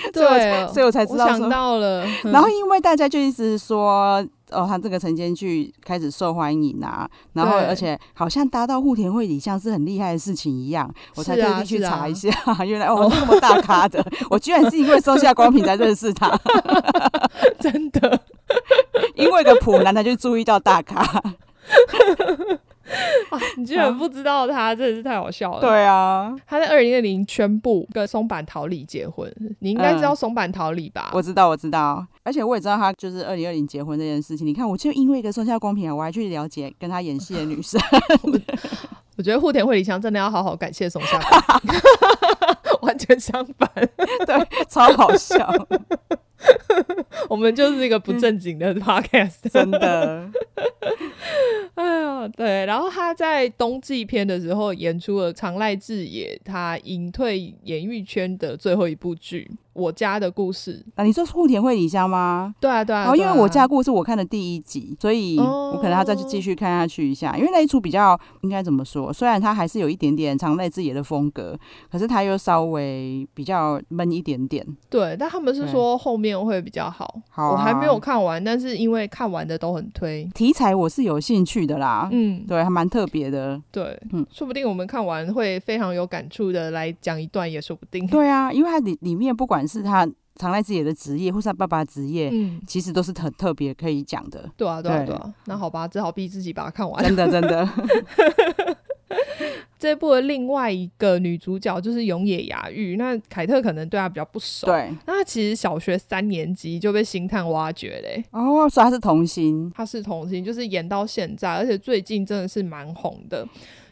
A: 所以我
B: 对，
A: 所以我才知
B: 我
A: 道
B: 想
A: 说
B: 到 了，嗯
A: 然后因为大家就一直说，哦，他这个晨间剧开始受欢迎啊，然后
B: 对
A: 而且好像搭到户田惠里像是很厉害的事情一样，我才
B: 是
A: 特
B: 啊
A: 地去
B: 是啊
A: 查一下， 原来 哦这么大咖的，我居然是因为松下光平才认识他，
B: 真的，
A: 因为一个普男他就注意到大 咖，
B: 啊，你居然不知道他，真的是太好笑了。，
A: 对啊，
B: 他在二零二零宣布跟松坂桃李结婚，你应该知
A: 嗯
B: 道松坂桃李吧？
A: 我知道我知道，而且我也知道他就是二零二零结婚这件事情，你看我就因为一个松下光平啊，我还去了解跟他演戏的女生，
B: 我觉得户田惠梨香真的要好好感谢松下光， 完全相反，
A: 对，超好笑，
B: 我们就是一个不
A: 嗯
B: 正经的 podcast。
A: 真的，
B: 哎呀，对，然后他在冬季篇的时候演出了长濑智也他隐退演艺圈的最后一部剧《我家的故事》。
A: 啊，你说户田惠里香吗？
B: 对啊，对啊，
A: 然哦后因
B: 对
A: 为
B: 啊
A: 我家故事我看的第一集，所以我可能要再去继续看下去一下，因为那一出比较应该怎么说？虽然它还是有一点点长濑智也的风格，可是它又稍微比较闷一点点。
B: 对，但他们是
A: 对
B: 说后面会比较好。
A: 好啊
B: 我还没有看完，但是因为看完的都很推。
A: 题材我是有兴趣的啦，
B: 嗯，
A: 对，还蛮特别的。
B: 对，
A: 啊嗯
B: 说不定我们看完会非常有感触的来讲一段，也说不定。
A: 对啊，因为它里里面不管是他长濑智也的职业，或是他爸爸的职业，
B: 嗯，
A: 其实都是很特别可以讲 的。
B: 对啊，对啊，
A: 对
B: 对啊。那好吧，只好逼自己把它看完。
A: 真的，真的，
B: 这部的另外一个女主角就是永野芽郁，那凯特可能对她比较不熟。
A: 对。
B: 那她其实小学三年级就被星探挖掘嘞、
A: 哦，所以他是童星，
B: 她是童星，就是演到现在，而且最近真的是蛮红的。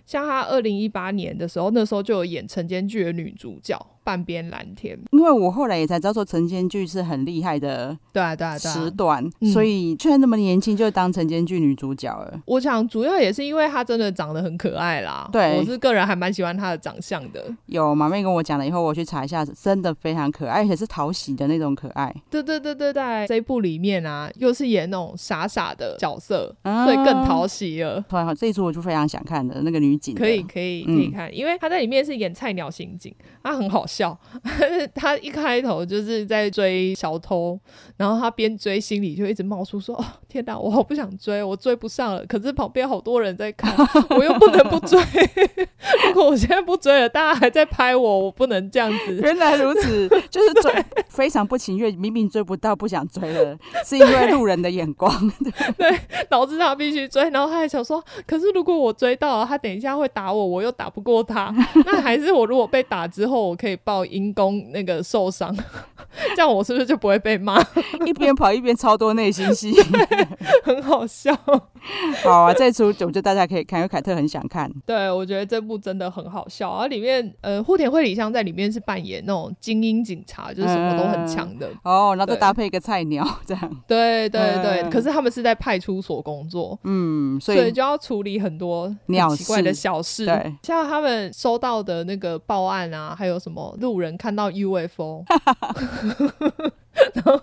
B: 像她二零一八年的时候，那时候就有演晨间剧的女主角半边蓝天。
A: 因为我后来也才知道说晨间剧是很厉害的
B: 对啊，对啊，对
A: 时
B: 啊。
A: 段，
B: 嗯
A: 所以居然那么年轻就当晨间剧女主角了。
B: 我想主要也是因为她真的长得很可爱啦。
A: 对
B: 我是个人还蛮喜欢她的长相的。
A: 有马妹跟我讲了以后，我去查一下，真的非常可爱，而且是讨喜的那种可爱，
B: 对对对对对，这一部里面啊，又是演那种傻傻的角色，
A: 啊
B: 所以更讨喜了。
A: 突然好，这一出我就非常想看的那个女警的，
B: 可以可以可
A: 嗯
B: 以看，因为他在里面是演菜鸟刑警，他很好笑。 他一开头就是在追小偷，然后他边追心里就一直冒出说：“哦，天哪，我 好不想追，我追不上了。可是旁边好多人在看，我又不能不追， 如果我现在不追了，大家还在拍我，我不能这样 子。
A: 原来如此，就是追非常不情愿，明明追不到，不想追了，是因为路人的眼光。
B: 导致他必须追，然后他还想说，可是如果我追到了，他等一下会打我，我又打不 过他，那还是我如果被打之后，我可以报因公那个受伤， 这样我是不是就不会被骂？
A: 一边跑一边超多内心戏。
B: 很好笑。
A: 好啊，这出我觉得大家可以看，因为凯特很想看。
B: 对，我觉得这部真的很好笑，而里面呃，户田惠里香在里面是扮演那种精英警察，就是什么都很强的。
A: 哦，然后再
B: 对
A: 搭配一个菜鸟，这样，
B: 对对对，
A: 嗯
B: 可是他们是在派出所工作，
A: 嗯，所
B: 所
A: 以
B: 以就要处理很多
A: 鸟
B: 很奇怪的
A: 事
B: 小事。
A: 对，
B: 像他们收到的那个报案啊，还有什么路人看到 UFO，然后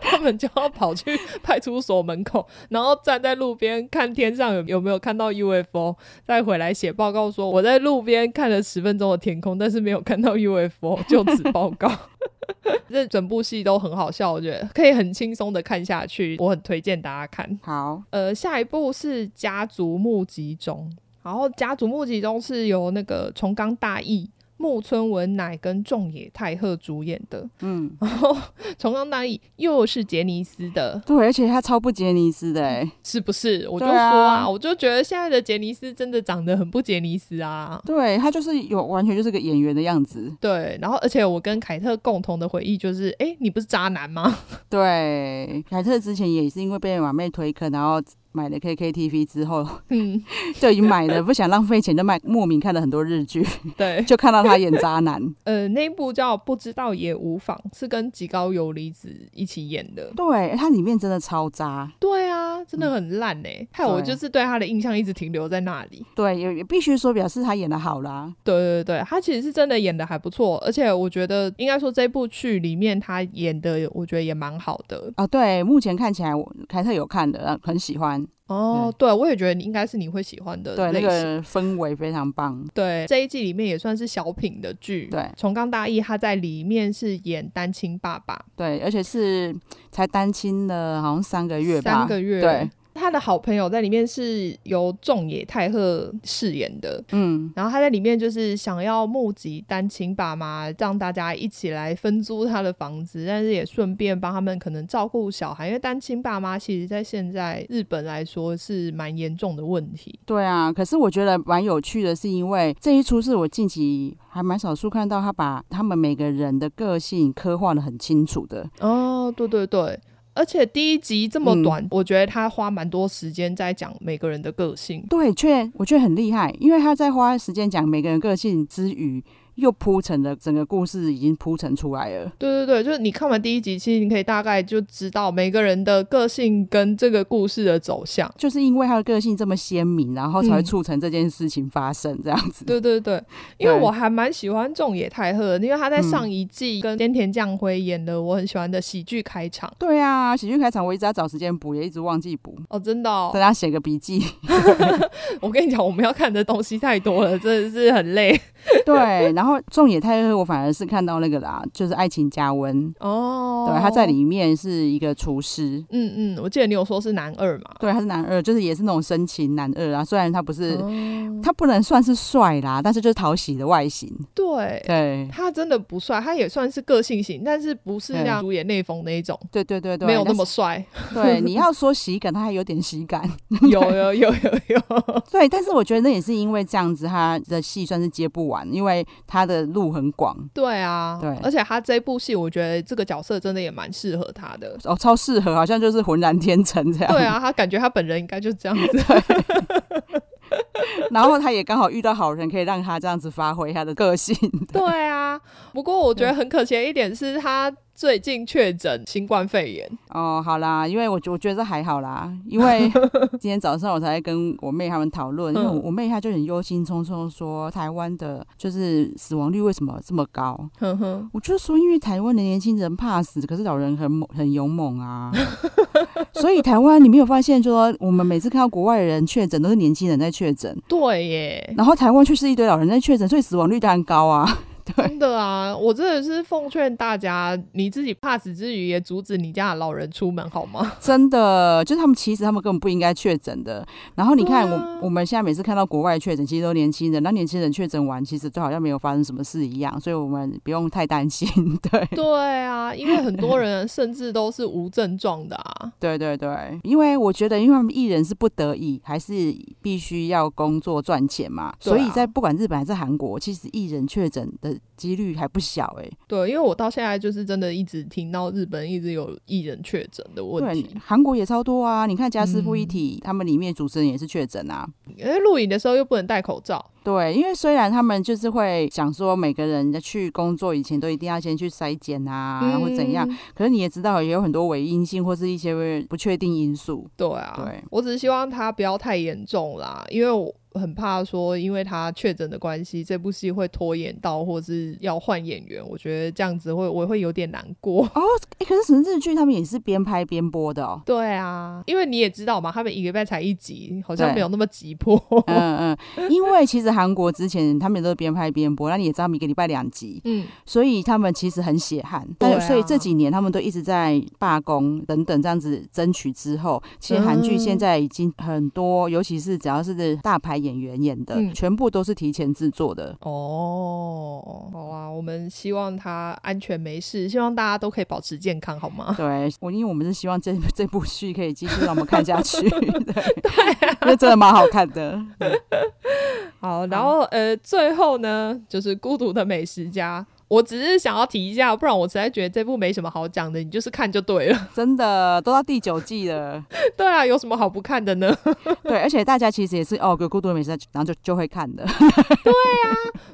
B: 他们就要跑去派出所门口，然后站在路边看天上有有没有看到 UFO，再回来写报告说我在路边看了十分钟的天空，但是没有看到 UFO，就此报告。 这整部戏都很好笑，我觉得可以很轻松的看下去，我很推荐大家看。
A: 好，
B: 呃，下一部是《家族募集中》，然后《家族募集中》是由那个重冈大义、木村文乃跟仲野太贺主演的。
A: 嗯，
B: 然后重冈大义又是杰尼斯的，
A: 对，而且他超不杰尼斯的，哎，
B: 是不是？我就
A: 对
B: 说
A: 啊
B: 我就觉得现在的杰尼斯真的长得很不杰尼斯啊。
A: 对他就是有完全就是个演员的样子，
B: 对，然后而且我跟凯特共同的回忆就是，哎，你不是渣男吗？
A: 对，凯特之前也是因为被马妹推坑，然后。买了 KKTV 之后
B: 嗯，
A: 就已经买了，不想浪费钱，就买莫名看了很多日剧，
B: 对，
A: 就看到他演渣男。
B: 呃，那一部叫《不知道也无妨》，是跟吉高由里子一起演的。
A: 对，他里面真的超渣。
B: 对啊，真的很烂哎、害我
A: 嗯对
B: 就是对他的印象一直停留在那里。
A: 对，也也必须说表示他演的好啦。
B: 对对对，他其实是真的演的还不错，而且我觉得应该说这部剧里面他演的，我觉得也蛮好的。
A: 啊，对，目前看起来我凯特有看的，很喜欢。
B: 哦，对我也觉得你应该是你会喜欢的
A: 嗯对，
B: 类
A: 那
B: 型。
A: 个氛围非常棒。
B: 对这一季里面也算是小品的剧。
A: 对
B: 重冈大义他在里面是演单亲爸爸，
A: 对，而且是才单亲了，好像三个月吧。
B: 三个月。
A: 对，
B: 他的好朋友在里面是由仲野太贺饰演的，
A: 嗯，
B: 然后他在里面就是想要募集单亲爸妈，让大家一起来分租他的房子，但是也顺便帮他们可能照顾小孩，因为单亲爸妈其实在现在日本来说是蛮严重的问题。
A: 对啊。可是我觉得蛮有趣的，是因为这一出是我近期还蛮少数看到他把他们每个人的个性刻画的很清楚的。
B: 哦，对对对。嗯而且第一集这么短，我觉得他花蛮多时间在讲每个人的个性。
A: 对，却我觉得很厉害，因为他在花时间讲每个人个性之余，又铺陈了整个故事，已经铺陈出来了。
B: 对对对，就是你看完第一集，其实你可以大概就知道每个人的个性跟这个故事的走向。
A: 就是因为他的个性这么鲜明，然后才会
B: 嗯
A: 促成这件事情发生，这样子。
B: 对对对，因为
A: 对
B: 我还蛮喜欢仲野太贺的，因为他在
A: 嗯
B: 上一季跟菅田将晖演的我很喜欢的喜剧开场
A: 对啊，喜剧开场我一直要找时间补，也一直忘记补，
B: 哦，真的、
A: 大
B: 哦，
A: 家写个笔记。
B: 我跟你讲，我们要看的东西太多了，真的是 很累
A: 对，然后仲野太二我反而是看到那个啦，就是《爱情加温》
B: 哦。
A: 对，他在，里面是一个厨师。
B: 嗯嗯，我记得你有说是男二嘛，
A: 对，他是男二，就是也是那种深情男二啊。虽然他不是，
B: 哦、
A: 他不能算是帅啦，但是就是讨喜的外形。
B: 对。
A: 对，
B: 他真的不帅，他也算是个性型，但是不是
A: 对
B: 像主演内丰那一种，
A: 对对对对，
B: 没有那
A: 但是
B: 么 帅。
A: 对。你要说喜感，他还有点喜感。
B: 有有有有有，
A: 对，但是我觉得那也是因为这样子，他的戏算是接不完，因为他的路很广。
B: 对啊，
A: 对
B: 而且他这部戏，我觉得这个角色真的也蛮适合他的。
A: 哦，超适合，好像就是浑然天成这样。
B: 对，啊，他感觉他本人应该就这样子。
A: 然后他也刚好遇到好人，可以让他这样子发挥他的个性。
B: 对啊，不过我觉得很可惜的一点是他最近确诊新冠肺炎。
A: 哦，好啦，因为我觉我觉得这还好啦，因 为今天早上我才跟我妹他们讨论，因为我
B: 嗯
A: 我妹她就很忧心忡忡说，台湾的就是死亡率为什么这么高？
B: 哼哼，
A: 我就说，因为台湾的年轻人怕死，可是老人很猛很勇猛啊， 所以台湾你没有发现说，我们每次看到国外的人确诊都是年轻人在确诊，
B: 对耶，
A: 然后台湾却是一堆老人在确诊，所以死亡率当然高啊。
B: 真的啊，我真的是奉劝大家，你自己怕死之余，也阻止你家的老人出门 好吗？
A: 真的，就是他们其实他们根本不应该确诊的。然后你看，
B: 对啊
A: 我我们现在每次看到国外确诊，其实都年轻人，那年轻人确诊完，其实就好像没有发生什么事一样，所以我们不用太担心。 对，
B: 对啊，因为很多人甚至都是无症状的啊。
A: 对对对，因为我觉得，因为他们艺人是不得已，还是必须要工作赚钱嘛，
B: 对
A: 所
B: 啊
A: 以在不管日本还是韩国，其实艺人确诊的几率还不小哎、
B: 对，因为我到现在就是真的一直听到日本一直有艺人确诊的问
A: 对
B: 题，。嗯
A: 韩国也超多啊！你看家师傅一体，他们里面主持人也是确诊啊。
B: 因为录影的时候又不能戴口罩，
A: 对，因为虽然他们就是会想说每个人去工作以前都一定要先去筛检啊，或怎样，
B: 嗯？
A: 可是你也知道也有很多伪阴性或是一些不确定因素。
B: 对啊，
A: 对
B: 我只是希望他不要太严重啦，因为我很怕说，因为他确诊的关系，这部戏会拖延到或是要换演员，我觉得这样子会我会有点难过。
A: 哎，可是什么日剧他们也是边拍边播的哦。
B: 对啊，因为你也知道嘛，他们一个礼拜才一集，好像
A: 对
B: 没有那么急迫。
A: 嗯嗯， 因为其实韩国之前他们都是边拍边播，那你也知道，他们一个礼拜两集，
B: 嗯，
A: 所以他们其实很血汗。
B: 对啊
A: 但所以这几年他们都一直在罢工等等这样子争取之后，其实韩剧
B: 嗯
A: 现在已经很多，尤其是只要是大牌演员演的，
B: 嗯
A: 全部都是提前制作 的。
B: 哦，好啊，我们希望他安全没事，希望大家都可以保持健康，好吗？
A: 对，我因为我们是希望这这部剧可以继续让我们看下 去，对，
B: 啊
A: 因为真的蛮好看的。
B: 好，然后呃，最后呢，就是《孤独的美食家》。我只是想要提一下，不然我实在觉得这部没什么好讲的，你就是看就对了。
A: 真的都到第九季了，
B: 对啊，有什么好不看的呢？
A: 对，而且大家其实也是哦，有孤独的美食家，然后就就会看的。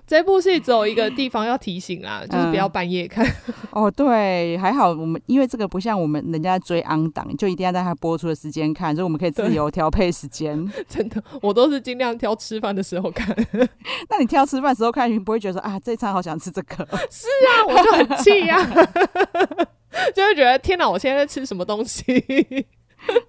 B: 这部戏只有一个地方要提醒啦，就是不要半夜看。
A: 哦，对，还好我们因为这个不像我们人家追昂档，就一定要在它播出的时间看，所以我们可以自
B: 对
A: 由调配时间。
B: 真的，我都是尽量挑吃饭的时候看。
A: 那你挑吃饭时候看，你不会觉得说啊，这餐好想吃这个？
B: 那啊我就很气呀、 就会觉得天哪，我现在在吃什么东西？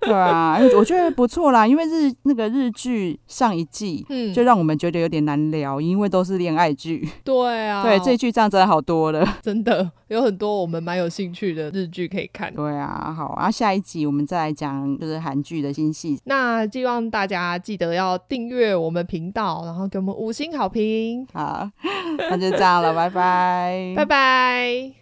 A: 对啊，我觉得不错啦，因为日那个日剧上一季。
B: 嗯，
A: 就让我们觉得有点难聊，因为都是恋爱剧。
B: 对啊，
A: 对，这剧这样真的好多了。
B: 真的有很多我们蛮有兴趣的日剧可以看。
A: 对啊，好啊，下一集我们再来讲就是韩剧的新戏。
B: 那希望大家记得要订阅我们频道，然后给我们五星好评，
A: 好，那就这样了，拜拜，
B: 拜拜。